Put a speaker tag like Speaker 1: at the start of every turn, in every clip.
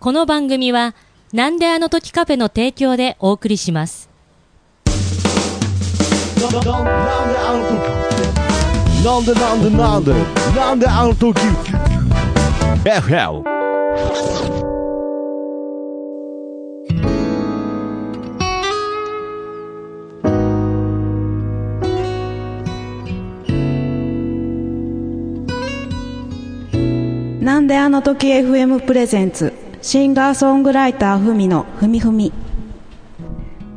Speaker 1: この番組は、なんであの時カフェの提供でお送りします。
Speaker 2: なんであの時なんでなんでなんでなんであの時 FL
Speaker 3: なんであの時 FM プレゼンツシンガーソングライターふみのふみふみ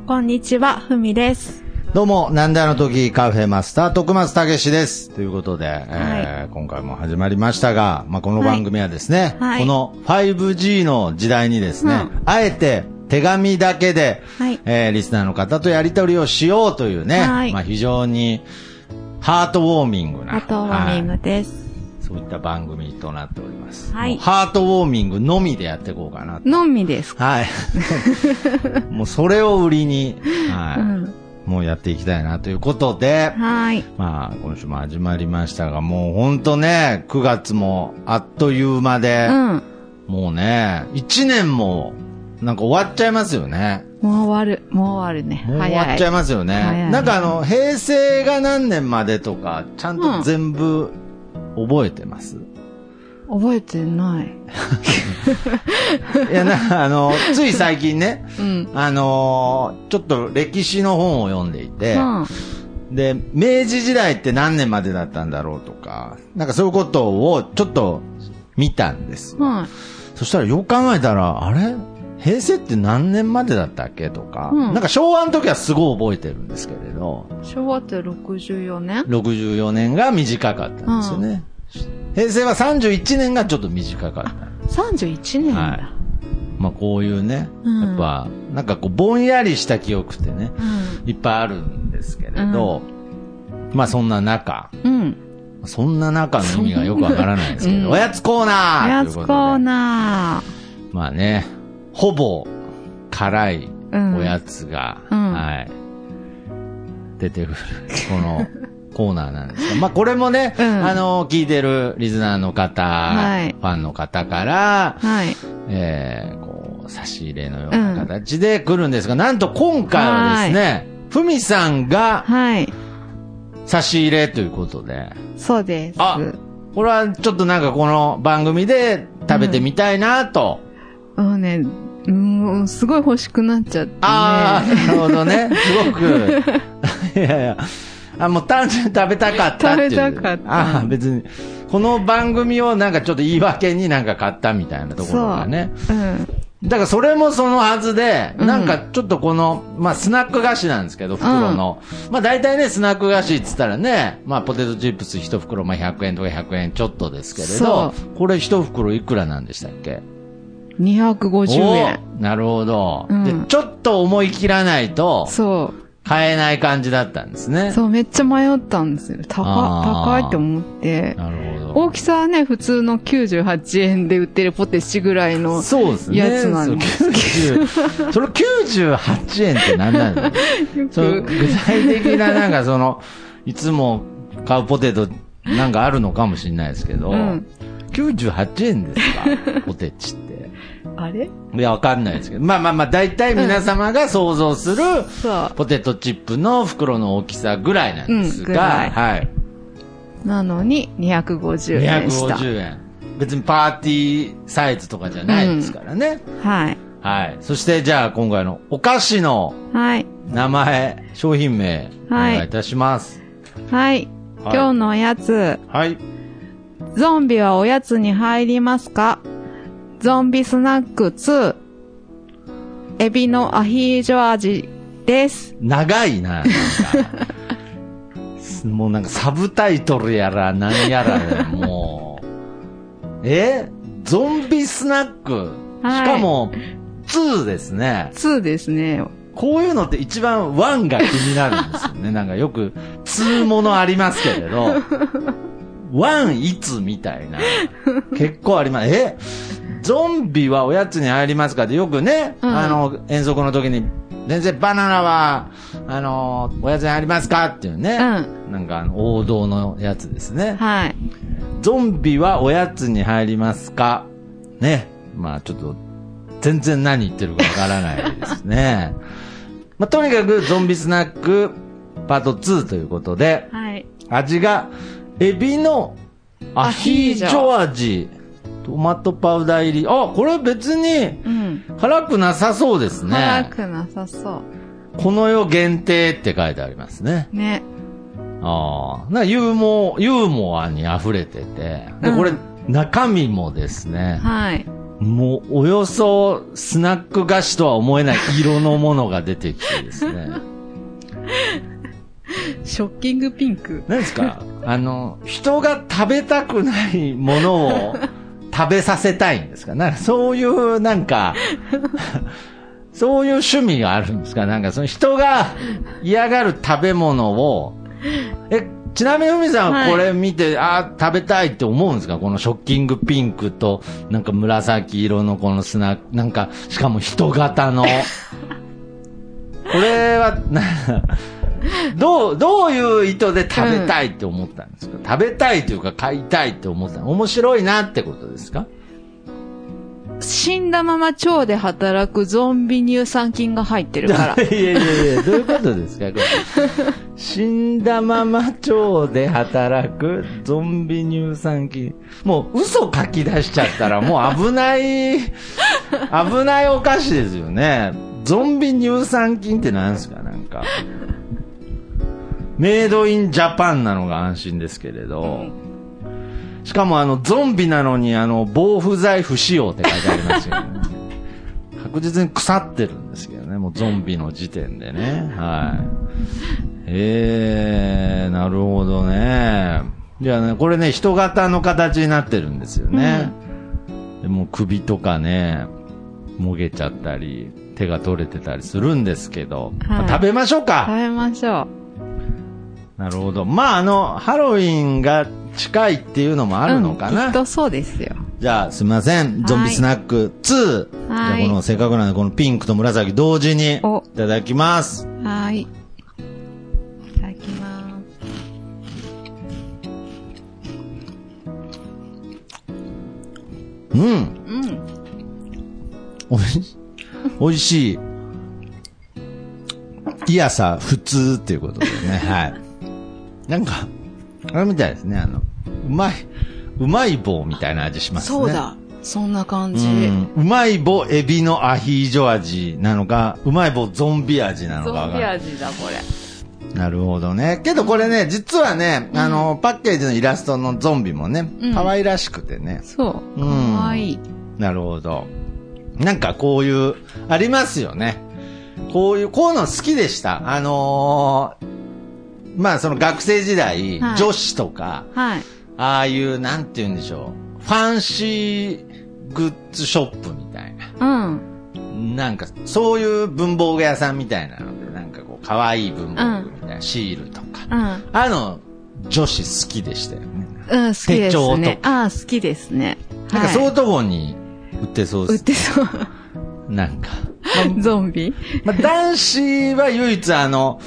Speaker 3: こんにちはふみです
Speaker 4: どうも、なんであの時カフェマスター、徳松武史です。ということで、えー今回も始まりましたが、まあ、この番組はですね、
Speaker 3: はいはい
Speaker 4: この 5G の時代にですね、
Speaker 3: うん
Speaker 4: あえて手紙だけで、
Speaker 3: はい
Speaker 4: えーリスナーの方とやり取りをしようというね、
Speaker 3: はい
Speaker 4: まあ、非常にハートウォーミングな、
Speaker 3: あとウォーミン
Speaker 4: は
Speaker 3: グ
Speaker 4: い
Speaker 3: です、
Speaker 4: そういった番組となっております、
Speaker 3: はい
Speaker 4: もうハートウォーミングのみでやっていこうかなと
Speaker 3: のみです
Speaker 4: はい。 もうそれを売りに、はい、
Speaker 3: うん
Speaker 4: もうやっていきたいなということで、
Speaker 3: はい
Speaker 4: まあ、今週も始まりましたが、もうほんとね、9月もあっという間で
Speaker 3: う、ん
Speaker 4: もうね、1年も、なんか終わっちゃいますよね。
Speaker 3: もう終わるもう終わるね
Speaker 4: もう終わ
Speaker 3: 早
Speaker 4: っちゃい
Speaker 3: い
Speaker 4: ますよ
Speaker 3: 早
Speaker 4: ね。
Speaker 3: い
Speaker 4: なんかあの、平成が何年までとか、ちゃん
Speaker 3: う
Speaker 4: と
Speaker 3: ん
Speaker 4: 全部覚えてます、
Speaker 3: 覚えてない
Speaker 4: いや、な、あの、つい最近ね、
Speaker 3: うん
Speaker 4: あのーちょっと歴史の本を読んでいて、
Speaker 3: うん
Speaker 4: で、明治時代って何年までだったんだろうとか、なんかそういうことをちょっと見たんですよ。
Speaker 3: はい
Speaker 4: そしたらよく考えたら、あれ平成って何年までだったっけとか、
Speaker 3: う
Speaker 4: な
Speaker 3: ん
Speaker 4: んか昭和の時はすごい覚えてるんですけれど、
Speaker 3: 昭和って64年
Speaker 4: 64年が短かったんですよね。平成は31年がちょっと短かった。
Speaker 3: 31年だ、
Speaker 4: はいまあこういうね、
Speaker 3: うん
Speaker 4: やっぱ、なんかこうぼんやりした記憶ってね、
Speaker 3: う
Speaker 4: いっぱいあるんですけれど、まあそんな中、
Speaker 3: んうん
Speaker 4: そんな中の意味がよくわからないですけ
Speaker 3: うん
Speaker 4: ど、おやつコーナ
Speaker 3: お
Speaker 4: ー
Speaker 3: や
Speaker 4: という
Speaker 3: つコ
Speaker 4: ことで
Speaker 3: ーナ
Speaker 4: まあね、ほぼ辛い
Speaker 3: うん
Speaker 4: おやつが、
Speaker 3: うん
Speaker 4: はい、出てくる、このコーナーなんですが、まあこれもね、
Speaker 3: うん
Speaker 4: あの、聞いてるリスナーの方、
Speaker 3: はい
Speaker 4: ファンの方から
Speaker 3: ー、はい
Speaker 4: えー、こう、差し入れのような形で来るんですが、なんと今回はですね、ふみさんが
Speaker 3: はい
Speaker 4: 差し入れということで、
Speaker 3: そうです
Speaker 4: あ、これはちょっとなんかこの番組で食べてみたいなと。
Speaker 3: うんね、うん、すごい欲しくなっちゃって、ね。
Speaker 4: ああ、なるほど ね。すごく。い やいや。あ、もう単純に食べたかったっていう。
Speaker 3: 食べたかった
Speaker 4: あー別に。この番組をなんかちょっと言い訳になんか買ったみたいなところがね。
Speaker 3: うん。
Speaker 4: だからそれもそのはずで、
Speaker 3: うん
Speaker 4: なんかちょっとこの、まあスナック菓子なんですけど、袋の。まあ大体ね、スナック菓子って言ったらね、まあポテトチップス一袋、まあ100円とか100円ちょっとですけれ
Speaker 3: そ
Speaker 4: ど、これ一袋いくらなんでしたっけ
Speaker 3: 250円。
Speaker 4: おなるほど、
Speaker 3: うん
Speaker 4: で。ちょっと思い切らないと、
Speaker 3: そ
Speaker 4: 買えない感じだったんです
Speaker 3: う。
Speaker 4: ね。
Speaker 3: そう、めっちゃ迷ったんですよ。高、
Speaker 4: あー
Speaker 3: 高いと思って。
Speaker 4: なるほど。
Speaker 3: 大きさはね、普通の98円で売ってるポテチぐらいの。
Speaker 4: そうですね。
Speaker 3: やつなんで
Speaker 4: そう90それ98円って何なんだろう
Speaker 3: よく
Speaker 4: その具体的ななんかその、いつも買うポテトなんかあるのかもしれないですけど、
Speaker 3: うん
Speaker 4: 98円ですかポテチって。
Speaker 3: あれ
Speaker 4: いや、わかんないですけど。まあまあまあ、大体皆様が想像する、
Speaker 3: そ
Speaker 4: ポテトチップの袋の大きさぐらいなんです
Speaker 3: うんぐら
Speaker 4: が、
Speaker 3: い
Speaker 4: はい。
Speaker 3: う。なのに、250円した。
Speaker 4: 250円。別にパーティーサイズとかじゃないですからね。
Speaker 3: はい。
Speaker 4: はい。そしてじゃあ今回のお菓子の
Speaker 3: はい。
Speaker 4: 名前、商品名、お
Speaker 3: はい
Speaker 4: 願いいたします。
Speaker 3: はい。今日のおやつ、
Speaker 4: はい。
Speaker 3: ゾンビはおやつに入りますかゾンビスナック2、エビのアヒージョ味です。
Speaker 4: 長いな、なんか。 もうなんかサブタイトルやら何やらで、もう。えゾンビスナック。
Speaker 3: はい
Speaker 4: しかも、2ですね。
Speaker 3: 2ですね。
Speaker 4: こういうのって一番ワンが気になるんですよ ね。なんかよく、通ものありますけれど、ワンいつみたいな、結構あります。えゾンビはおやつに入りますかってよくね、
Speaker 3: うん
Speaker 4: あの、遠足の時に、全然バナナは、あの、おやつに入りますかっていうね、
Speaker 3: う
Speaker 4: なんかあの王道のやつですね。
Speaker 3: はい。
Speaker 4: ゾンビはおやつに入りますかね。まあちょっと、全然何言ってるかわからないです ね。まあ、とにかくゾンビスナックパート2ということで、
Speaker 3: はい。
Speaker 4: 味が、エビのアヒージョ味、トマトパウダー入り。あ、これ別に
Speaker 3: うん。
Speaker 4: 辛くなさそうです
Speaker 3: 辛
Speaker 4: ね。
Speaker 3: くなさそ
Speaker 4: この世限定って書いてありますね。
Speaker 3: う。ね。
Speaker 4: ああ。な、ユーモ、ユーモアに溢れてて。で、これ、
Speaker 3: うん
Speaker 4: 中身もですね、
Speaker 3: はい。
Speaker 4: もう、およそ、スナック菓子とは思えない色のものが出てきてですね。
Speaker 3: ショッキングピンク。
Speaker 4: 何ですかあの、人が食べたくないものを食べさせたいんですかなんかそういう、なんか、 そういう趣味があるんですかなんかその人が嫌がる食べ物を、え、ちなみに海さん
Speaker 3: は
Speaker 4: はいこれ見て、あー食べたいって思うんですかこのショッキングピンクと、なんか紫色のこのスナック、なんか、しかも人型の。これは、 な、どう、どういう意図で食べたいって思ったんですか、食べたいというか買いたいって思ったの面白いなってことですか。
Speaker 3: 死んだまま腸で働くゾンビ乳酸菌が入ってる か ら
Speaker 4: いやいやいや、どういうことですかこれ死んだまま腸で働くゾンビ乳酸菌。もう嘘書き出しちゃったらもう危 ない、危ないお菓子ですよね。ゾンビ乳酸菌ってなんですかなんか。メイドインジャパンなのが安心ですけれど。しかもあの、ゾンビなのにあの、防腐剤不使用って書いてありますよね。確実に腐ってるんですけどね、もうゾンビの時点でね。はい。えー、なるほどね。じゃあね、これね、人型の形になってるんですよね。でもう首とかね、もげちゃったり、手が取れてたりするんですけど、
Speaker 3: はい
Speaker 4: まあ食べましょうか、
Speaker 3: 食べましょ
Speaker 4: なるほど。まあ、あの、ハロウィンが近いっていうのも
Speaker 3: う。
Speaker 4: あるのか
Speaker 3: うん
Speaker 4: な、
Speaker 3: きっとそうですよ。
Speaker 4: じゃあ、すみません。ゾンビスナック2。
Speaker 3: はい
Speaker 4: じゃあ、この、せっかくなんで、このピンクと紫同時に、い
Speaker 3: お
Speaker 4: ただきます。
Speaker 3: はーい。いただきます。
Speaker 4: うん。
Speaker 3: うん。
Speaker 4: おい し、おいしい。いやさ、普通っていうことです ね。はい。なんか、あれみたいですね。あの、うまい、うまい棒みたいな味しますね。
Speaker 3: そうだ。そんな感じ。
Speaker 4: うんうまい棒エビのアヒージョ味なのか、うまい棒ゾンビ味なのかわか
Speaker 3: ゾ
Speaker 4: ん
Speaker 3: ン
Speaker 4: ない
Speaker 3: ビ味だ、これ。
Speaker 4: なるほどね。けどこれね、実はね、あの、パッケージのイラストのゾンビもね
Speaker 3: う、ん
Speaker 4: 可愛らしくてね。
Speaker 3: そう。
Speaker 4: う
Speaker 3: か
Speaker 4: ん
Speaker 3: わいい。
Speaker 4: なるほど。なんかこういう、ありますよね。こういう、こういうの好きでした。あのーまあその学生時代、
Speaker 3: はい
Speaker 4: 女子とか、
Speaker 3: はい。
Speaker 4: ああいう、なんて言うんでしょう、ファンシーグッズショップみたいな。
Speaker 3: うん。
Speaker 4: なんか、そういう文房具屋さんみたいなので、なんかこう、可愛い文房具みたいな、シールとか。
Speaker 3: うん。
Speaker 4: あの、女子好きでしたよね。
Speaker 3: うん、好きで
Speaker 4: 手帳
Speaker 3: す
Speaker 4: と
Speaker 3: ね。ああ、好きですね。
Speaker 4: なんか
Speaker 3: はい
Speaker 4: そういうとこに売ってそう
Speaker 3: 売
Speaker 4: で
Speaker 3: っ
Speaker 4: す。
Speaker 3: てそう。
Speaker 4: なんか。
Speaker 3: ゾンビ
Speaker 4: まあ、男子は唯一あの、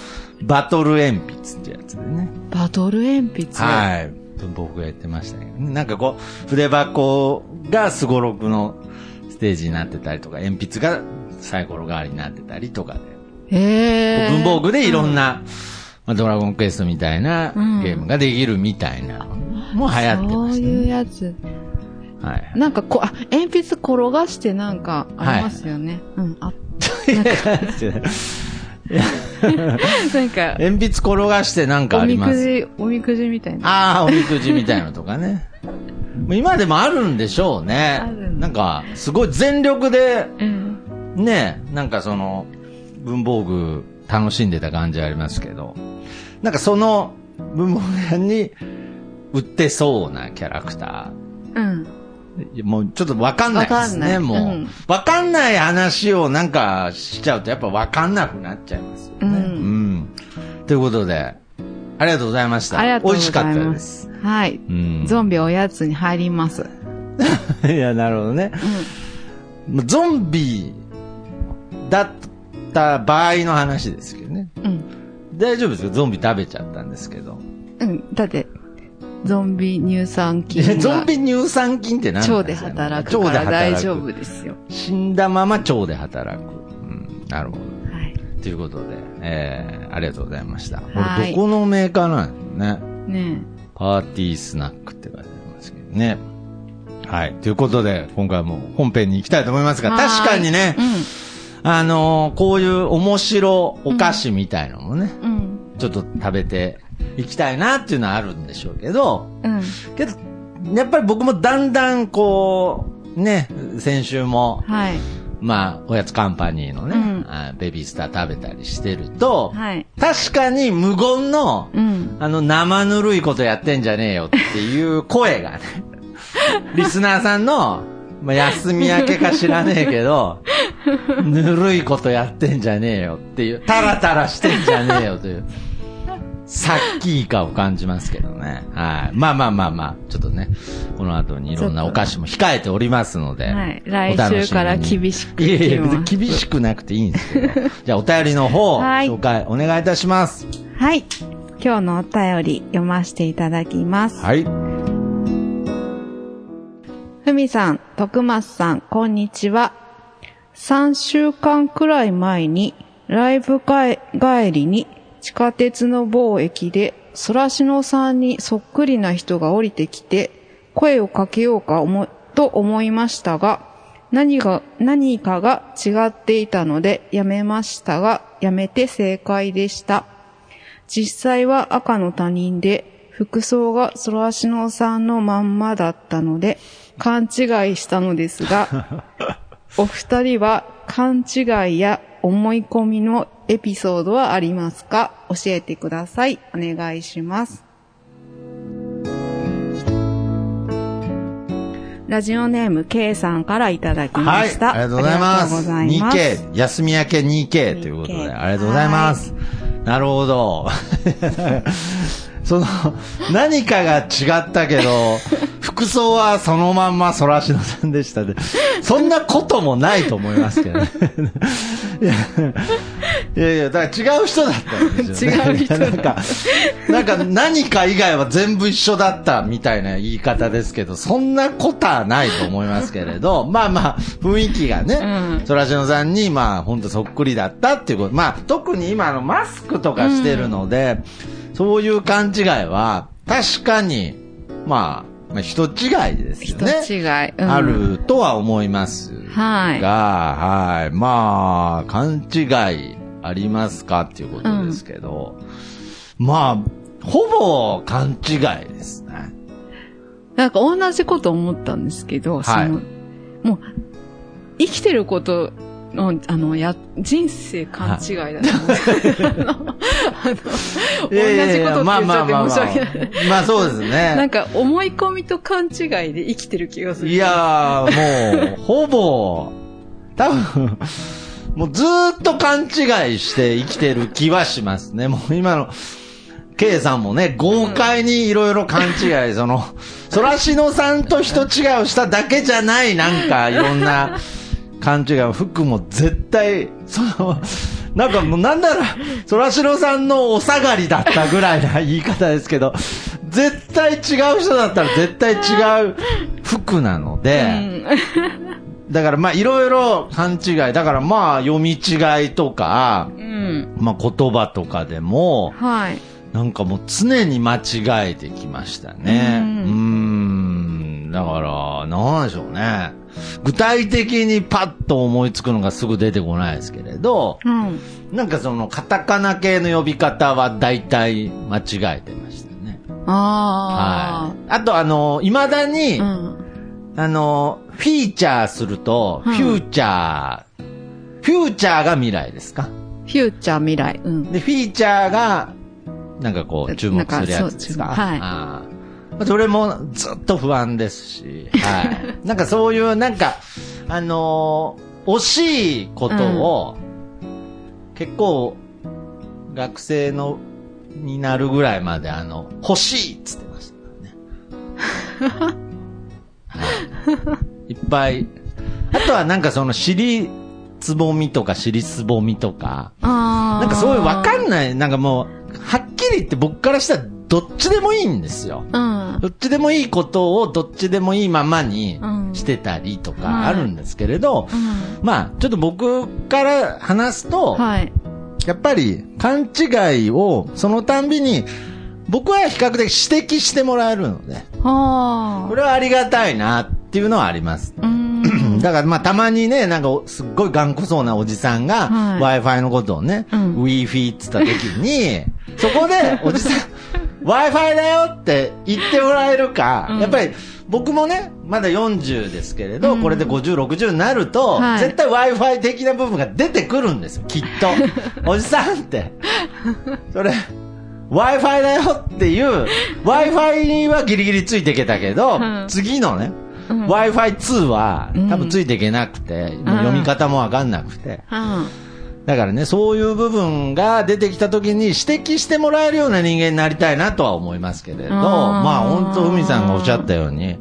Speaker 4: バトル鉛筆ってやつでね。
Speaker 3: バトル鉛筆。
Speaker 4: はい。僕がやってましたけどね。なんかこう、筆箱がすごろくのステージになってたりとか、鉛筆がサイコロ代わりになってたりとかで。
Speaker 3: ええ。
Speaker 4: 文房具でいろんな、まあ、ドラゴンクエストみたいな
Speaker 3: うん
Speaker 4: ゲームができるみたいなのも流行って
Speaker 3: そ
Speaker 4: ま
Speaker 3: う
Speaker 4: した、ね。
Speaker 3: いうやつ。
Speaker 4: はい。
Speaker 3: なんかこう、あ、鉛筆転がしてなんかありますよね。うん、あ、なんか、
Speaker 4: 鉛筆転がしてなんか
Speaker 3: お
Speaker 4: あり
Speaker 3: み
Speaker 4: ま
Speaker 3: く
Speaker 4: す。
Speaker 3: じ、おみくじみたいな。
Speaker 4: ああ、おみくじみたいなのとか ね。もう今でもあるんでしょうね
Speaker 3: ある。んだ
Speaker 4: なんか、すごい全力で、
Speaker 3: うん。
Speaker 4: ね、なんかその、文房具楽しんでた感じありますけど、なんかその文房具屋に売ってそうなキャラクタ
Speaker 3: うん。
Speaker 4: ー。もうちょっとわかんないですね、
Speaker 3: わかんない
Speaker 4: もう
Speaker 3: うん。
Speaker 4: わ、かんない話をなんかしちゃうとやっぱわかんなくなっちゃいますよね。
Speaker 3: うん
Speaker 4: うんということで、ありがとうございました。
Speaker 3: ありがとうご
Speaker 4: 美味
Speaker 3: ざ
Speaker 4: しかっ
Speaker 3: い
Speaker 4: た
Speaker 3: ま
Speaker 4: です。
Speaker 3: す。はい。
Speaker 4: うん
Speaker 3: ゾンビおやつに入ります。
Speaker 4: いや、なるほどね。まあゾンビだった場合の話ですけどね。
Speaker 3: うん。
Speaker 4: 大丈夫ですよ。ゾンビ食べちゃったんですけど。
Speaker 3: うん。だって、ゾンビ乳酸菌
Speaker 4: え
Speaker 3: が
Speaker 4: ゾンビ乳酸菌って何
Speaker 3: 腸で働くから大丈夫ですよ。
Speaker 4: 死んだまま腸で働く。うん、なるほど。
Speaker 3: はい。
Speaker 4: ということで、えー、ありがとうございました。こ
Speaker 3: は
Speaker 4: れ
Speaker 3: い
Speaker 4: どこのメーカーなんですね。
Speaker 3: ね
Speaker 4: パーティースナックって書いてありますけどね。はい。ということで、今回も本編に行きたいと思いますが、
Speaker 3: はい
Speaker 4: 確かにね
Speaker 3: え。、
Speaker 4: あのーこういう面白お菓子みたいのもね、
Speaker 3: うん。うん。
Speaker 4: ちょっと食べていきたいなっていうのはあるんでしょうけど、
Speaker 3: うん。
Speaker 4: けど、やっぱり僕もだんだんこう、ね、先週も、
Speaker 3: はい。
Speaker 4: まあ、おやつカンパニーのね、
Speaker 3: うん
Speaker 4: あベビースター食べたりしてると、
Speaker 3: はい。
Speaker 4: 確かに無言の、
Speaker 3: うん。
Speaker 4: あの、生ぬるいことやってんじゃねえよっていう声 がね、リスナーさんの、まあ、休み明けか知らねえけど、ぬるいことやってんじゃねえよっていう、タラタラしてんじゃねえよという、さっきいかを感じますけどね。はい。まあまあまあまあ、ちょっとね、この後にいろんなお菓子も控えておりますので、
Speaker 3: はい。来週から厳しく
Speaker 4: いやいや、別
Speaker 3: い
Speaker 4: に
Speaker 3: ます。
Speaker 4: 厳しくなくていいんですけど。じゃあ、お便りの方、
Speaker 3: はい
Speaker 4: 紹介お願いいたします。
Speaker 3: はい。今日のお便り読ませていただきます。
Speaker 4: はい。
Speaker 3: ふみさん、徳松さん、こんにちは。3週間くらい前に、ライブ会帰りに、地下鉄の某駅で、そらしのさんにそっくりな人が降りてきて、声をかけようか思、と思いましたが、何が、何かが違っていたので、やめましたが、やめて正解でした。実際は赤の他人で、服装がソラシノさんのまんまだったので、勘違いしたのですが、 お二人は勘違いや思い込みのエピソードはありますか教えてください。お願いします。ラジオネーム K さんからいただきま
Speaker 4: はい。あ
Speaker 3: した。
Speaker 4: りがとうございます。
Speaker 3: ありがとうございます。
Speaker 4: 2K、休み明け 2K ということで、
Speaker 3: 2K
Speaker 4: ありがとうございます。なるほど。 その、何かが違ったけ ど、服装はそのまんまそらしのさんでしたで、そんなこともないと思いますけど ね。いやいや、だから違う人だったんですよ、ね。
Speaker 3: 違う人
Speaker 4: なんか、なんか何か以外は全部一緒だったみたいな言い方ですけど、そんなことはないと思いますけれど、 まあまあ、雰囲気がね、そらしのさんに、まあ、ほんとそっくりだったっていうこと。まあ、特に今あのマスクとかしてるので、そういう勘違いは、確かに、まあ、まあ、人違いですよね。
Speaker 3: 人違い。うん
Speaker 4: あ。るとは思います。
Speaker 3: はい
Speaker 4: が、はい。まあ、勘違いありますかっていうことですけど、まあ、ほぼ勘違いですね。
Speaker 3: なんか同じこと思ったんですけ
Speaker 4: は
Speaker 3: ど、
Speaker 4: い
Speaker 3: その、もう、生きてることの、あの、や、人生勘違いだと思う。あの、あの、同じことって言っちゃって申し訳ない。
Speaker 4: まあそうです ね。
Speaker 3: なんか思い込みと勘違いで生きてる気がする。
Speaker 4: いやー、もう、ほぼ、多分、もうずーっと勘違いして生きてる気はしますね。もう今の、K さんもね、豪快にいろいろ勘違い、その、そらしのさんと人違いをしただけじゃない、なんかいろんな勘違い。服も絶対、その、なんかもうなんなら、そらしのさんのお下がりだったぐらいな言い方ですけど、絶対違う人だったら絶対違う服なので、
Speaker 3: うん。
Speaker 4: だからまあいろいろ勘違い。だからまあ読み違いとか、
Speaker 3: うん。
Speaker 4: まあ言葉とかでも、
Speaker 3: はい。
Speaker 4: なんかもう常に間違えてきましたね。う
Speaker 3: う
Speaker 4: ー
Speaker 3: ん
Speaker 4: ん。だから、なんでしょうね。具体的にパッと思いつくのがすぐ出てこないですけれど、
Speaker 3: うん。
Speaker 4: なんかそのカタカナ系の呼び方は大体間違えてましたね。は
Speaker 3: あ
Speaker 4: い。あとあの、未だに、
Speaker 3: あ。うん。
Speaker 4: あの、フィーチャーすると、フ
Speaker 3: うん
Speaker 4: ューチャー、フューチャーが未来ですか
Speaker 3: フューチャー未来。うん。
Speaker 4: で、フィーチャーが、なんかこう、注目するやつですか
Speaker 3: なんかそう注目はい
Speaker 4: あーまあそれもずっと不安ですし、 はい。なんかそういう、なんか、あのー惜しいことを、結構、学生の、になるぐらいまで、あの、欲しいっつってましたからね。はい、いっぱい。あとはなんかその、尻つぼみとか尻すぼみとか、
Speaker 3: ああ。
Speaker 4: なんかそういうわか
Speaker 3: る。
Speaker 4: んない、なんかもう、はっきり言って僕からしたらどっちでもいいんですよ。
Speaker 3: うん。うん
Speaker 4: どっちでもいいことをどっちでもいいままに
Speaker 3: うん
Speaker 4: してたりと
Speaker 3: はい
Speaker 4: かあるんですけれど、まあ、ちょっと僕から話すと、
Speaker 3: はい。
Speaker 4: やっぱり勘違いをそのたんびに、僕は比較的指摘してもらえるので、
Speaker 3: あ
Speaker 4: これはありがたいなっていうのはあります。
Speaker 3: あ。うん。
Speaker 4: だからまあたまにね、なんかおすっごい頑固そうなおじさんが、
Speaker 3: は
Speaker 4: Wi-Fi のことをね、
Speaker 3: うん
Speaker 4: Wi-Fi って言った時に、そこ でおじさん、Wi-Fi だよって言ってもらえるか、
Speaker 3: うん
Speaker 4: やっぱり僕もね、まだ40ですけれど、
Speaker 3: うん
Speaker 4: これで50、60になると、
Speaker 3: はい
Speaker 4: 絶対 Wi-Fi 的な部分が出てくるんですよ、きっ と。おじさんって。それ、Wi-Fi だよっていう、Wi-Fi はギリギリついていけたけど、
Speaker 3: うん
Speaker 4: 次のね、
Speaker 3: うん
Speaker 4: Wi-Fi2 は
Speaker 3: うん
Speaker 4: 多分ついていけなくて、もう読み方もわかんなくて。
Speaker 3: うん。
Speaker 4: だからね、そういう部分が出てきた時に指摘してもらえるような人間になりたいなとは思いますけれど、
Speaker 3: あー
Speaker 4: まあ本当、海さんがおっしゃったように、
Speaker 3: うん。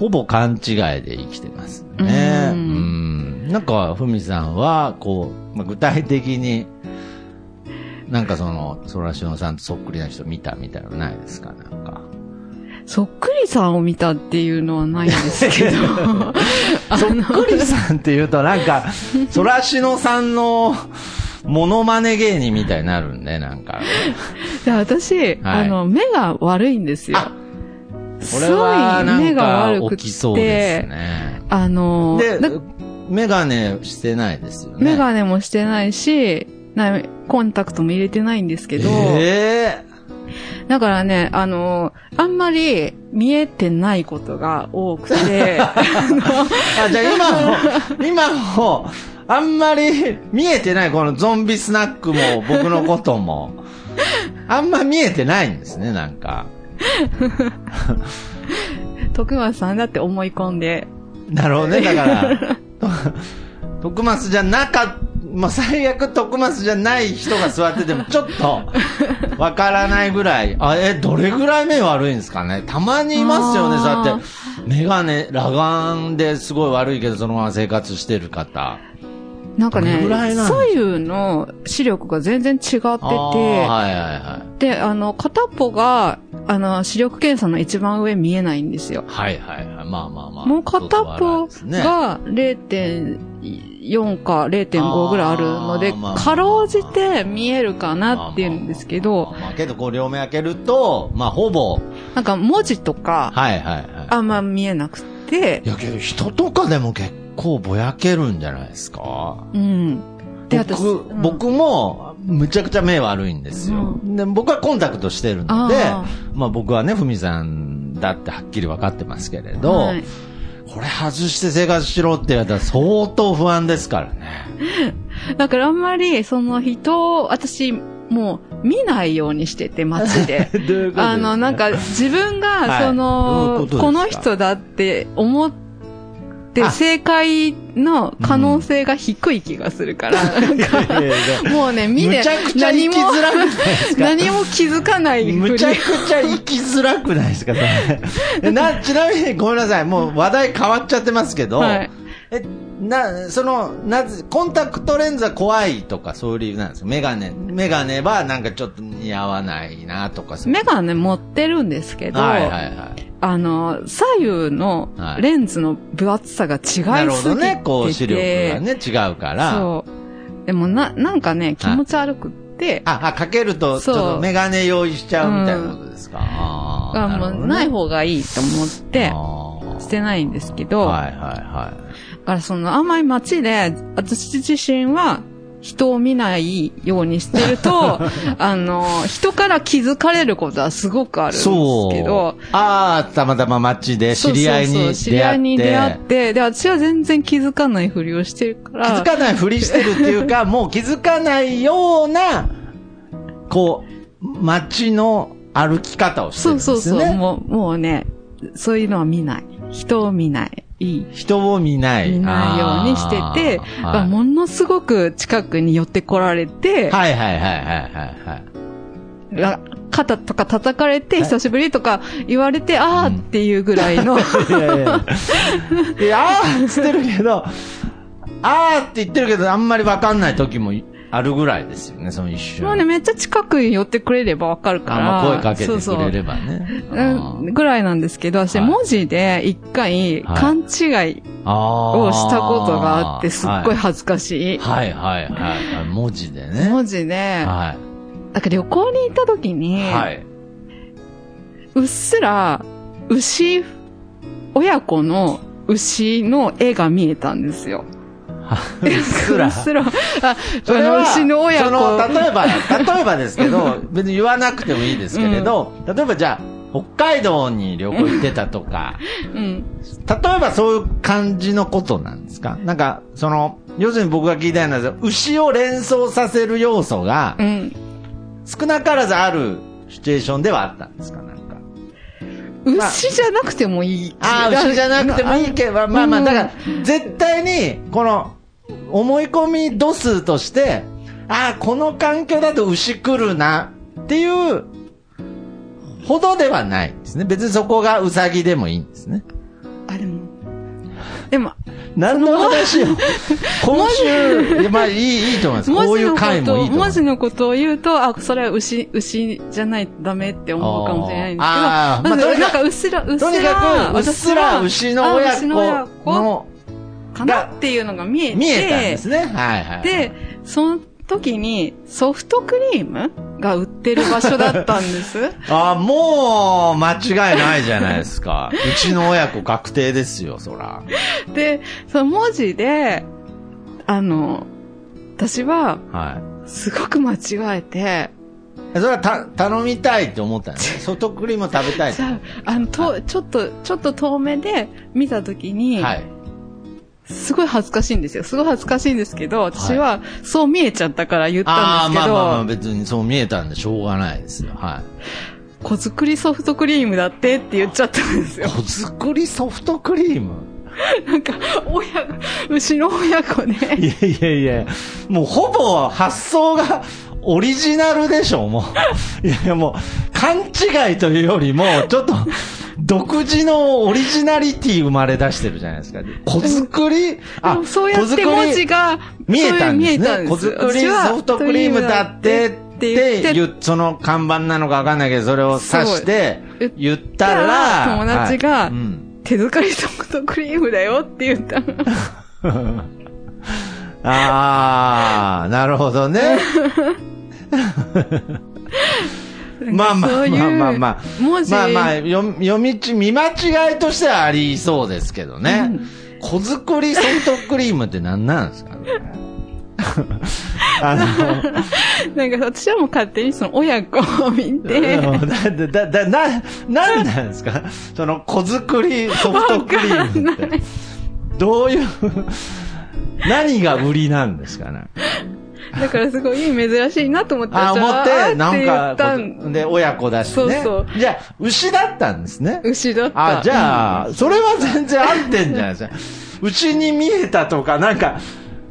Speaker 4: ほぼ勘違いで生きてますね。
Speaker 3: う
Speaker 4: うんん。なんか、ふみさんは、こう、まあ、具体的に、なんかその、そらしのさんとそっくりな人見たみたいなのないですかなんか。
Speaker 3: そっくりさんを見たっていうのはないんですけど。
Speaker 4: そっくりさんっていうとなんか、そらしのさんの、モノマネ芸人みたいになるんで、なんか。
Speaker 3: で私、あの、目が悪いんですよ
Speaker 4: あ。こ
Speaker 3: す
Speaker 4: れ
Speaker 3: ごい
Speaker 4: はな
Speaker 3: 目
Speaker 4: ん
Speaker 3: が
Speaker 4: か
Speaker 3: 悪く
Speaker 4: 起
Speaker 3: っ
Speaker 4: きそうです
Speaker 3: て、
Speaker 4: ね。
Speaker 3: あの、
Speaker 4: で
Speaker 3: な、
Speaker 4: メガネしてないですよね。
Speaker 3: メガネもしてないし、なコンタクトも入れてないんですけど、
Speaker 4: え
Speaker 3: だからね、あの、あんまり見えてないことが多く て、
Speaker 4: えあ、じゃあ今 も、今も、あんまり見えてない、このゾンビスナックも僕のことも。あんま見えてないんですね、なんか。
Speaker 3: 徳松さんだって思い込んで、
Speaker 4: なるほどね、だから、と徳松じゃなかまあ、最悪徳松じゃない人が座ってても、ちょっと、わからないぐらい、あ、え、どれぐらい目悪いんですかねたまにいますよね、
Speaker 3: あー
Speaker 4: そうやって。メガネ、裸眼ですごい悪いけど、そのまま生活してる方。
Speaker 3: なんか
Speaker 4: どれ
Speaker 3: ね
Speaker 4: ぐらいなんで、しょう
Speaker 3: 左右の視力が全然違ってて、
Speaker 4: あーはいはいはい。
Speaker 3: で、あの、片っぽが、あの、視力検査の一番上見えないんですよ。
Speaker 4: はいはいはい。まあまあまあ。
Speaker 3: もう片っぽ
Speaker 4: 外
Speaker 3: が
Speaker 4: ですね
Speaker 3: 0.4か0.5ぐらいあるので
Speaker 4: あーまあ、
Speaker 3: かろうじて見えるかなっていうんですけ
Speaker 4: まあ
Speaker 3: ど
Speaker 4: ま、あまあけど、こう両目開けると、まあほぼ、
Speaker 3: なんか文字とか、
Speaker 4: はいはいはい。
Speaker 3: あんま見えなくて
Speaker 4: い、やけど人とかでも結構ぼやけるんじゃないですか
Speaker 3: うん。で、私、
Speaker 4: 僕,、
Speaker 3: うん
Speaker 4: 僕もむちゃくちゃ目悪いんですよ、で僕はコンタクトしてるので
Speaker 3: あ
Speaker 4: まあ、僕はねふみさんだってはっきり分かってますけれど、
Speaker 3: はい
Speaker 4: これ外して生活しろって言われたら相当不安ですからね
Speaker 3: だからあんまり、その人を、私、もう見ないようにしてて、街で。
Speaker 4: どういうことですか
Speaker 3: あの、なんか自分
Speaker 4: は
Speaker 3: が、
Speaker 4: いどうい
Speaker 3: そ
Speaker 4: う
Speaker 3: の、
Speaker 4: ことですか
Speaker 3: この人だって思って、
Speaker 4: あ
Speaker 3: 正解の可能性が低い気がするから、なんか
Speaker 4: いやいやいや
Speaker 3: もうね、見
Speaker 4: む
Speaker 3: て
Speaker 4: ちゃく、ちゃ
Speaker 3: 何
Speaker 4: 生
Speaker 3: も
Speaker 4: き、づらくないですか
Speaker 3: 何も気づかないふ
Speaker 4: む
Speaker 3: り
Speaker 4: ちゃくちゃ生きづらくないですか、それえな、ちなみにごめんなさい、もう話題変わっちゃってますけど、
Speaker 3: はい
Speaker 4: え、な、その、なぜ、コンタクトレンズは怖いとかそういう理由なんですかメガネ、メガネはなんかちょっと似合わないなとか、そう
Speaker 3: メガネ持ってるんですけど、
Speaker 4: はいはいはい。
Speaker 3: あの、左右の
Speaker 4: はい
Speaker 3: レンズの分厚さが違いすぎてて、
Speaker 4: なるほどね、こう視力がね、違うから、
Speaker 3: そう。でもな、なんかね、気持ち悪くって、
Speaker 4: あ、あ、かけると、ちょ
Speaker 3: そう
Speaker 4: っとメガネ用意しちゃうみたいなことですか。あー
Speaker 3: あ
Speaker 4: なるほど
Speaker 3: も
Speaker 4: ね
Speaker 3: うない方がいいと思って、
Speaker 4: あー
Speaker 3: してないんですけど、
Speaker 4: はいはいはい。
Speaker 3: だからその、あんまり街で、私自身は、人を見ないようにしてると、あの、人から気づかれることはすごくあるんですけど、
Speaker 4: ああ、たまたま街で知り合いに出
Speaker 3: そ
Speaker 4: 会って。
Speaker 3: うそうそう知り合いに出会って、で、私は全然気づかないふりをしてるか
Speaker 4: 気づ
Speaker 3: ら、
Speaker 4: かないふりしてるっていう か、もう気づかないような、こう、街の歩き方をしてる
Speaker 3: そ
Speaker 4: ん
Speaker 3: う
Speaker 4: です
Speaker 3: そ
Speaker 4: よ、
Speaker 3: う
Speaker 4: ね。
Speaker 3: そう、もう、もうね、そういうのは見ない。人を見ない。いい。
Speaker 4: 人を見ない。
Speaker 3: 見ないようにしてて、
Speaker 4: あー
Speaker 3: まあものすごく近くに寄ってこられて、
Speaker 4: はいはいはいはいはいはい。
Speaker 3: ら肩とか叩かれて、
Speaker 4: はい
Speaker 3: 久しぶりとか言われて、あーっていうぐら い の、
Speaker 4: いやいやいや。いや、あーっつってるけど、あーって言ってるけど、あんまりわかんない時もあるんですあるぐらいですよね、その一瞬。
Speaker 3: まあね、めっちゃ近くに寄ってくれればわかるから。
Speaker 4: あまあ声かけ
Speaker 3: そ
Speaker 4: て
Speaker 3: うそう
Speaker 4: くれればね。
Speaker 3: うんぐらいなんですけど、私
Speaker 4: はい
Speaker 3: 文字で一回
Speaker 4: はい
Speaker 3: 勘違いを
Speaker 4: を
Speaker 3: したことがあって、すっごい恥ずかしい。
Speaker 4: はいはいはいはい。文字でね。
Speaker 3: 文字で、
Speaker 4: は
Speaker 3: なんか旅行に行った時に、
Speaker 4: い。はい。
Speaker 3: うっすら、牛、親子の牛の絵が見えたんですよ。
Speaker 4: うっすら。
Speaker 3: うっすら。あ、あ
Speaker 4: それ
Speaker 3: の
Speaker 4: は
Speaker 3: 牛の親
Speaker 4: そ
Speaker 3: 子。
Speaker 4: の例え ば、例えばですけど、別に言わなくてもいいですけれど、例えばじゃあ、北海道に旅行行ってたとか、
Speaker 3: うん。
Speaker 4: 例えばそういう感じのことなんですかなんか、その、要するに僕が聞いたような、牛を連想させる要素が
Speaker 3: う、ん。
Speaker 4: 少なからずあるシチュエーションではあったんですかなんか。まあ
Speaker 3: 牛じゃなくてもいい。
Speaker 4: ああ、牛じゃなくてもいいけど、まあまあまあ、
Speaker 3: うん
Speaker 4: だから、絶対に、この、思い込み度数として、ああ、この環境だと牛来るな、っていう、ほどではないんですね。別にそこがウサギでもいいんですね。
Speaker 3: あ、でも。でも、
Speaker 4: 何の話よ。 今週、いやまあいい、いいと思います。こう
Speaker 3: 文
Speaker 4: い
Speaker 3: 字
Speaker 4: う
Speaker 3: のこ
Speaker 4: 回も
Speaker 3: と
Speaker 4: い
Speaker 3: を、
Speaker 4: いと思い
Speaker 3: 文
Speaker 4: ま
Speaker 3: 字
Speaker 4: す。
Speaker 3: のことを言うと、あ、それは牛、牛じゃないとダメって思うかもしれないんですけ
Speaker 4: あーあー
Speaker 3: ど、
Speaker 4: まあ
Speaker 3: まず
Speaker 4: とにか
Speaker 3: なん
Speaker 4: く
Speaker 3: かうっすら、うっす
Speaker 4: と
Speaker 3: ら、
Speaker 4: にかく、うっすら牛の親子
Speaker 3: 私はあ牛の親子
Speaker 4: の、
Speaker 3: かなっていうのが見えて、
Speaker 4: 見えたんですね。はいはい。
Speaker 3: で、その時にソフトクリームが売ってる場所だったん です。
Speaker 4: あ、もう、間違いないじゃないですか。うちの親子確定ですよ、そら。
Speaker 3: で、その文字で、あの、私は
Speaker 4: は
Speaker 3: すごく間違えて、
Speaker 4: い。それはた、頼みたいって思 ったんですね。ソフトクリーム食べたいと
Speaker 3: じゃあ、あの、と、ちょっと、ちょっと遠目で見た時に、
Speaker 4: はい。
Speaker 3: すごい恥ずかしいんですよ。すごい恥ずかしいんですけど、私はそう見えちゃったから言ったんで
Speaker 4: ー
Speaker 3: す
Speaker 4: ま
Speaker 3: け
Speaker 4: あ
Speaker 3: ど、
Speaker 4: まあまあ、別にそう見えたんでしょうがないですよ。は
Speaker 3: 小作りソフトクリームだってって言っちゃったんです
Speaker 4: い。
Speaker 3: よ。
Speaker 4: 小作りソフトクリーム
Speaker 3: なんか、親、牛の親子で、
Speaker 4: いやいやいや、もうほぼ発想がオリジナルでしょ、もう。いやいやもう、勘違いというよりも、ちょっと、独自のオリジナリティ生まれ出してるじゃないですか。小作り、
Speaker 3: でもそうやって文字が、
Speaker 4: 見えたんですね。小
Speaker 3: そういう
Speaker 4: 作り
Speaker 3: 見えたんです
Speaker 4: ソフトクリームだってって言う、その看板なのかわかんないけど、それを指して
Speaker 3: そう
Speaker 4: 言ったら、
Speaker 3: 友達が
Speaker 4: はいうん
Speaker 3: 手作りソフトクリームだよって言ったの。
Speaker 4: ああ、なるほどね。まあま
Speaker 3: そ
Speaker 4: あ
Speaker 3: ういう
Speaker 4: まあまあまあ。
Speaker 3: 文字
Speaker 4: まあまあ、読み読みち、見間違いとしてはありそうですけどね。小作りソフトクリームって何なんですかねあの、
Speaker 3: なんか私はもう勝手にその親子を見て、
Speaker 4: だ、だ、だ、な、なんなんですかその小作りソフトクリームって。どういう、何が売りなんですかね
Speaker 3: だからすごい珍しいなと思って、
Speaker 4: あ、
Speaker 3: じ
Speaker 4: 思
Speaker 3: ゃ
Speaker 4: って、
Speaker 3: あ
Speaker 4: な
Speaker 3: ー
Speaker 4: ん
Speaker 3: って
Speaker 4: か
Speaker 3: 言ったん、、
Speaker 4: で、親子だしね。
Speaker 3: そうそう
Speaker 4: じゃあ、牛だったんですね。
Speaker 3: 牛だった。
Speaker 4: あ、じゃあ、それは全然合ってんじゃないですか。牛に見えたとか、なんか、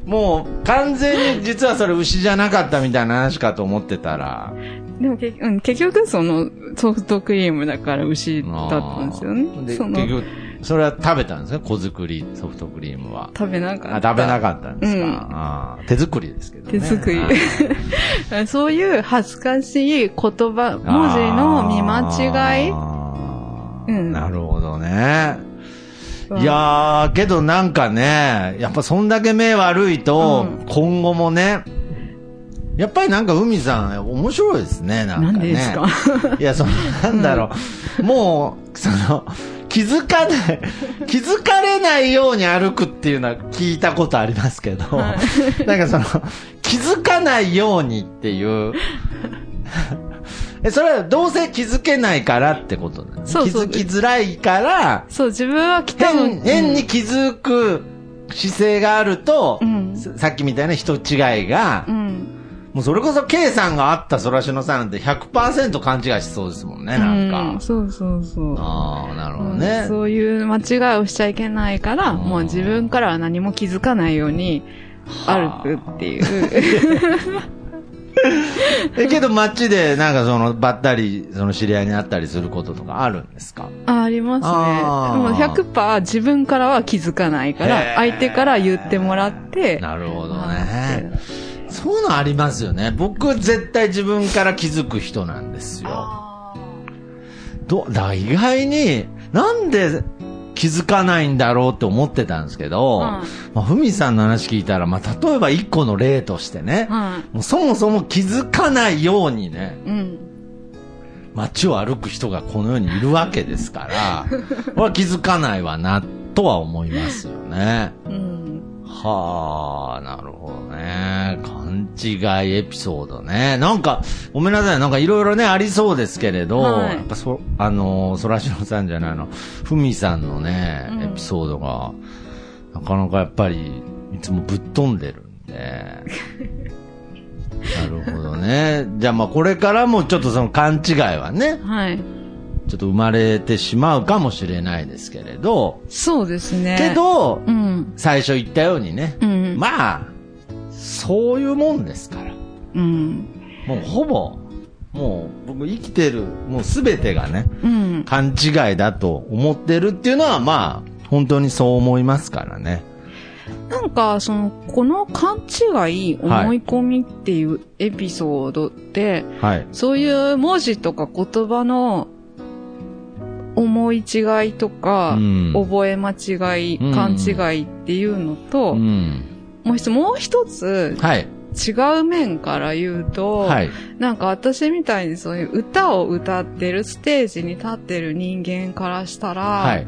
Speaker 4: もう、完全に実はそれ牛じゃなかったみたいな話かと思ってたら。
Speaker 3: でも結,、うん、結局そのソフトクリームだから牛だったんですよ
Speaker 4: あー
Speaker 3: ね。
Speaker 4: で結
Speaker 3: その
Speaker 4: 局、それは食べたんですね小作りソフトクリームは。
Speaker 3: 食べなか
Speaker 4: あ
Speaker 3: った。
Speaker 4: 食べなかったんですか、
Speaker 3: うん
Speaker 4: あー手作りですけどね。
Speaker 3: 手作り
Speaker 4: あー
Speaker 3: そういう恥ずかしい言葉、文字の見間違い
Speaker 4: あー
Speaker 3: うん
Speaker 4: なるほどね。
Speaker 3: うん
Speaker 4: いやー、けどなんかね、やっぱそんだけ目悪いと、
Speaker 3: う
Speaker 4: 今後もね、やっぱりなんか海さん、面白いですね、なんかね。
Speaker 3: なんでですか
Speaker 4: いや、その、なんだろう。もう、その、気づかない、気づかれないように歩くっていうのは聞いたことありますけど、なんかその、気づかないようにっていう、 え、それはどうせ気づけないからってことなんです
Speaker 3: そうそう
Speaker 4: 気づきづらいから、
Speaker 3: そう、自分は来たの
Speaker 4: 変、変に気づく姿勢があると、
Speaker 3: うん
Speaker 4: ささっきみたいな人違いが、
Speaker 3: うん。
Speaker 4: もうそれこそ K さんがあったそらしのさんなんて100%勘違いしそうですもんね、なんか。
Speaker 3: うんそうそうそう。
Speaker 4: ああ、なるほど
Speaker 3: うん
Speaker 4: ね。
Speaker 3: そういう間違いをしちゃいけないから、
Speaker 4: ん
Speaker 3: もう自分からは何も気づかないように歩くって いう。
Speaker 4: え、けど街でなんかその、ばったり、その知り合いに会ったりすることとかあるんですか
Speaker 3: ああります
Speaker 4: あー
Speaker 3: ね。もう100%自分からは気づかないか
Speaker 4: へー
Speaker 3: ら、相手から言ってもらって、
Speaker 4: なるほど
Speaker 3: あー
Speaker 4: ね
Speaker 3: って。
Speaker 4: そういうのありますよね。僕、絶対自分から気づく人なんですよ。
Speaker 3: あ
Speaker 4: ど、だから意外に、なんで気づかないんだろうって思ってたんですけど、
Speaker 3: うん
Speaker 4: まあ、ふみさんの話聞いたら、まあ、例えば一個の例としてね、
Speaker 3: は
Speaker 4: もうそもそも気づかないようにね、
Speaker 3: い。うん。
Speaker 4: 街を歩く人がこの世にいるわけです から、これは気づかないわな、とは思いますよね。
Speaker 3: うん。
Speaker 4: はあ、なるほどね。勘違いエピソードね。なんか、ごめんなさい。なんかいろいろね、ありそうですけれど、
Speaker 3: は
Speaker 4: や
Speaker 3: い
Speaker 4: っぱそ、あのー、そらしろさんじゃないの、ふみさんのね
Speaker 3: うん、
Speaker 4: エピソードが、なかなかやっぱり、いつもぶっ飛んでるん で。なるほどね。じゃあまあこれからもちょっとその勘違いはね、
Speaker 3: はい。
Speaker 4: ちょっと生まれてしまうかもしれないですけれど、
Speaker 3: そうですね。
Speaker 4: け、ど、
Speaker 3: うん。
Speaker 4: 最初言ったようにね、
Speaker 3: うん。
Speaker 4: まあ、そういうもんですから。
Speaker 3: うん。
Speaker 4: もうほぼ、もう僕生きてる、もうすべてがね、
Speaker 3: うん。
Speaker 4: 勘違いだと思ってるっていうのはまあ、本当にそう思いますからね。
Speaker 3: なんか、その、この勘違い、
Speaker 4: はい
Speaker 3: 思い込みっていうエピソードって、
Speaker 4: はい。
Speaker 3: そういう文字とか言葉の思い違いとか、
Speaker 4: うん
Speaker 3: 覚え間違い、
Speaker 4: うん
Speaker 3: 勘違いっていうのと、
Speaker 4: うん。
Speaker 3: もう一つ、もう一つ
Speaker 4: はい。
Speaker 3: 違う面から言うと、
Speaker 4: はい。
Speaker 3: なんか私みたいにそういう歌を歌ってるステージに立ってる人間からしたら、
Speaker 4: はい。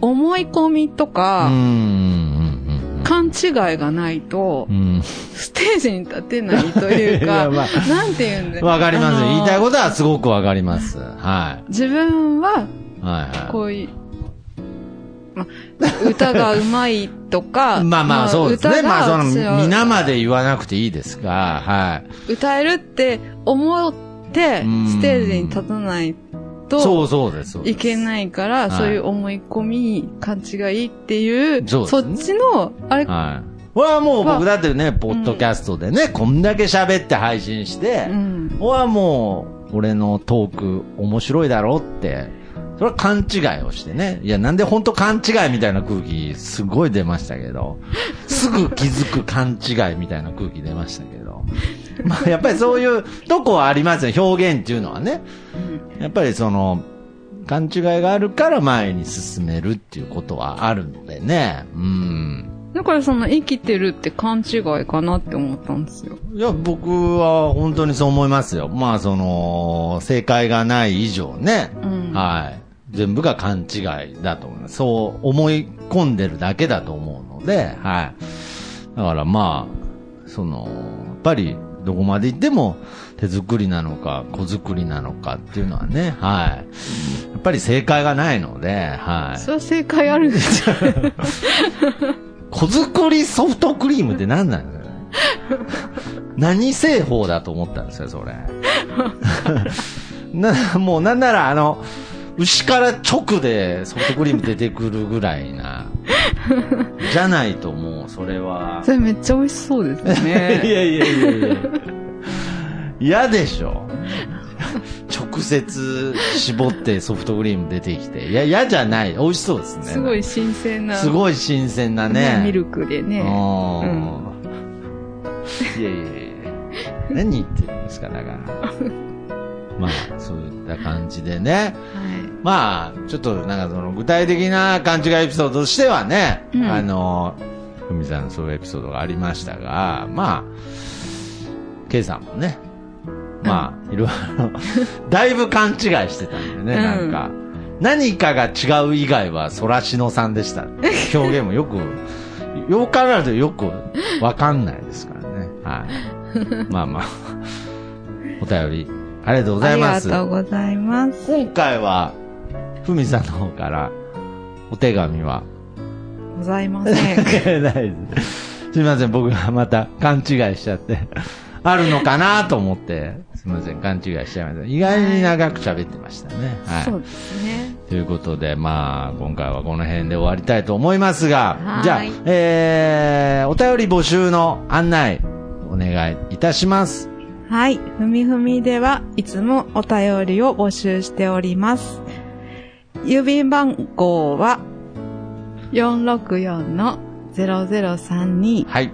Speaker 3: 思い込みと
Speaker 4: う
Speaker 3: か、
Speaker 4: ん。
Speaker 3: 勘違いがないと
Speaker 4: う、ん。
Speaker 3: ステージに立てないという
Speaker 4: い
Speaker 3: か、
Speaker 4: やま
Speaker 3: なんて言うんだ
Speaker 4: わかります
Speaker 3: あ
Speaker 4: よ。
Speaker 3: の
Speaker 4: 言いたいことはすごくわかります。は。
Speaker 3: 自分はい
Speaker 4: はい。
Speaker 3: こういう、ま、歌が上手いとか、
Speaker 4: まあまあ、そうですね。
Speaker 3: 歌が
Speaker 4: まあ、その、
Speaker 3: う
Speaker 4: 皆まで言わなくていいですが、はい。
Speaker 3: 歌えるって思って、
Speaker 4: うん
Speaker 3: ステージに立たない
Speaker 4: そ
Speaker 3: と
Speaker 4: うそうです。そうです
Speaker 3: いけないから、
Speaker 4: はい
Speaker 3: そういう思い込み、勘違いっていう、
Speaker 4: そう
Speaker 3: そ
Speaker 4: ですね
Speaker 3: っちの、あれ、
Speaker 4: はい。これはもう僕だってね、ポッドキャストでね、こんだけ喋って配信して
Speaker 3: う、ん。
Speaker 4: これはもう、俺のトーク面白いだろうって、それは勘違いをしてね。いや、なんで本当勘違いみたいな空気、すごい出ましたけ ど、すぐ気づく勘違いみたいな空気出ましたけど。まあ、やっぱりそういうとこはありますよ、表現っていうのはね。やっぱりその、勘違いがあるから前に進めるっていうことはあるのでね。うん。
Speaker 3: だからその生きてるって勘違いかなって思ったんですよ。
Speaker 4: いや、僕は本当にそう思いますよ。まあ、その、正解がない以上ね。
Speaker 3: うん
Speaker 4: はい。全部が勘違いだと思います。そう思い込んでるだけだと思うので、はい。だからまあ、その、やっぱり、どこまで行っても、手作りなのか、子作りなのかっていうのはね、はい。やっぱり正解がないので、はい。
Speaker 3: それは正解あるでしょ。
Speaker 4: 小作りソフトクリームって何なんですかね 何製法だと思ったんですよ、それ。 な、もうなんならあの、牛から直でソフトクリーム出てくるぐらいな、じゃないともうそれは
Speaker 3: そ。れめっちゃ美味しそうで す
Speaker 4: い やい
Speaker 3: ね。
Speaker 4: やいやいや。嫌でしょ。直接絞ってソフトクリーム出てきて。いや、嫌じゃない。美味しそうですね。
Speaker 3: すごい新鮮な、
Speaker 4: すごい新鮮なね。
Speaker 3: ねミルクでね。
Speaker 4: あーいやいやいや何言ってるんですか、だから。まあ、そういった感じでね。
Speaker 3: はい
Speaker 4: まあ、ちょっとなんかその具体的な勘違いエピソードとしてはね、
Speaker 3: うん
Speaker 4: あの、ふみさんのそういうエピソードがありましたが、まあ、ケイさんもね、まあ、いろいろ、だいぶ勘違いしてたんでね、
Speaker 3: うん
Speaker 4: なんか、何かが違う以外は、そらしのさんでした。表現もよく、よからずよくわかんないですからね。はい。まあまあ、お便り、ありがとうござ
Speaker 3: あ
Speaker 4: い
Speaker 3: り
Speaker 4: ま
Speaker 3: が
Speaker 4: す。
Speaker 3: とうございます。
Speaker 4: 今回は、ふみさんの方から、お手紙は、
Speaker 3: ございません。
Speaker 4: ないです。すみません、僕がまた勘違いしちゃって、あるのかなと思って、すみません、勘違いしちゃいました。意外に長く喋ってましたね。はい。
Speaker 3: そうですね。
Speaker 4: ということで、まあ、今回はこの辺で終わりたいと思いますが
Speaker 3: は、い
Speaker 4: じゃあ、えー、お便り募集の案内、お願いいたします。
Speaker 3: はい。ふみふみではいつもお便りを募集しております。郵便番号は464-0032
Speaker 4: はい。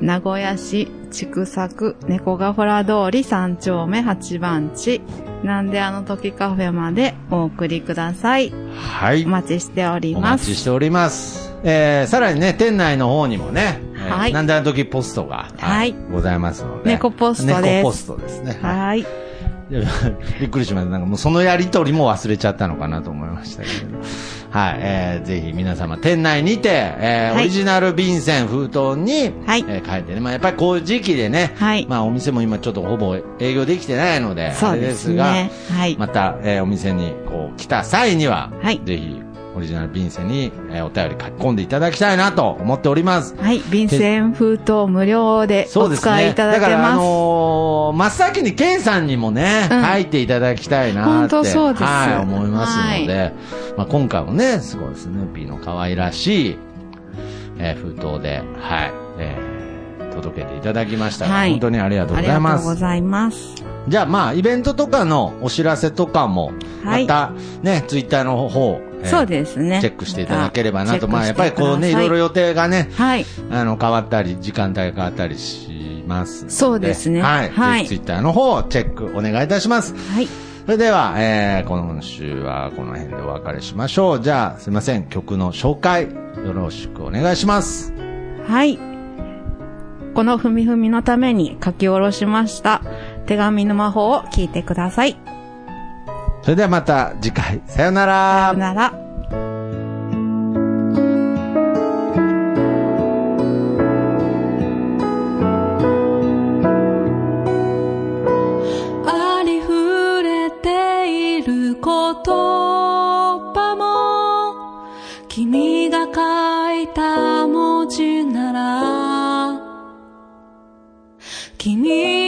Speaker 3: 名古屋市畜作猫がほら通り三丁目八番地なんであの時カフェまでお送りください。
Speaker 4: はい
Speaker 3: お。待ちしており
Speaker 4: お
Speaker 3: ま
Speaker 4: 待
Speaker 3: す
Speaker 4: ち。しております。えー、さらにね、店内の方にもね、えー
Speaker 3: はい
Speaker 4: なんであの時ポストが、
Speaker 3: はい
Speaker 4: ございますので。
Speaker 3: 猫ポストです
Speaker 4: 猫ポストですね。は
Speaker 3: はい。
Speaker 4: いや びっくりしました。なんかもうそのやりとりも忘れちゃったのかなと思いましたけど。はい、えー、ぜひ皆様、店内にて、えー
Speaker 3: はい
Speaker 4: オリジナル便箋封筒に、
Speaker 3: はい
Speaker 4: えー書いてね。まあやっぱりこういう時期でね、
Speaker 3: はい
Speaker 4: まあお店も今ちょっとほぼ営業できてないので、
Speaker 3: そ
Speaker 4: あ
Speaker 3: う
Speaker 4: れで
Speaker 3: です
Speaker 4: すが、
Speaker 3: ね。はい。
Speaker 4: また、えーお店にこう来た際には、
Speaker 3: はい
Speaker 4: ぜひオリジナル便箋に、えーお便り書き込んでいただきたいなと思っております。
Speaker 3: はい。便箋封筒無料で
Speaker 4: そう
Speaker 3: お
Speaker 4: です
Speaker 3: 使い
Speaker 4: ね。
Speaker 3: いただ
Speaker 4: だか
Speaker 3: け
Speaker 4: ら、あ
Speaker 3: ます。
Speaker 4: のー真っ先にケンさんにもね、
Speaker 3: うん
Speaker 4: 書いていただきたいなって。
Speaker 3: 本当そうです
Speaker 4: はい、思いますので、まあ、今回もね、すごいスヌーピーの可愛らしい、えー封筒で、はい、えー届けていただきましたが、
Speaker 3: はい
Speaker 4: 本当にありがとう
Speaker 3: あ
Speaker 4: ご
Speaker 3: り
Speaker 4: ざい
Speaker 3: が
Speaker 4: ま
Speaker 3: とう
Speaker 4: す
Speaker 3: ご。ざいます。
Speaker 4: じゃあまあ、イベントとかのお知らせとかも、
Speaker 3: はい
Speaker 4: またね、ツイッターの方、えー
Speaker 3: そうですね。
Speaker 4: チェックしていただければなと。まあ、やっぱりこうね、い
Speaker 3: チェ
Speaker 4: ろ
Speaker 3: ッ
Speaker 4: い
Speaker 3: ク
Speaker 4: ろ予定がね
Speaker 3: してくだ、さいはい。
Speaker 4: あの、変わったり、時間帯が変わったりしますので。
Speaker 3: そうですね
Speaker 4: はい。
Speaker 3: はい
Speaker 4: ぜひツイッターの方をチェックお願いいたします。
Speaker 3: はい。
Speaker 4: それでは、えー、今週はこの辺でお別れしましょう。じゃあ、すいません、曲の紹介、よろしくお願いします。
Speaker 3: はい。このふみふみのために書き下ろしました手紙の魔法を聞いてください。
Speaker 4: それではまた次回、さよな
Speaker 3: さ
Speaker 4: ら
Speaker 3: よ。なら。
Speaker 1: ありふれている言葉も君が書いた文字なら君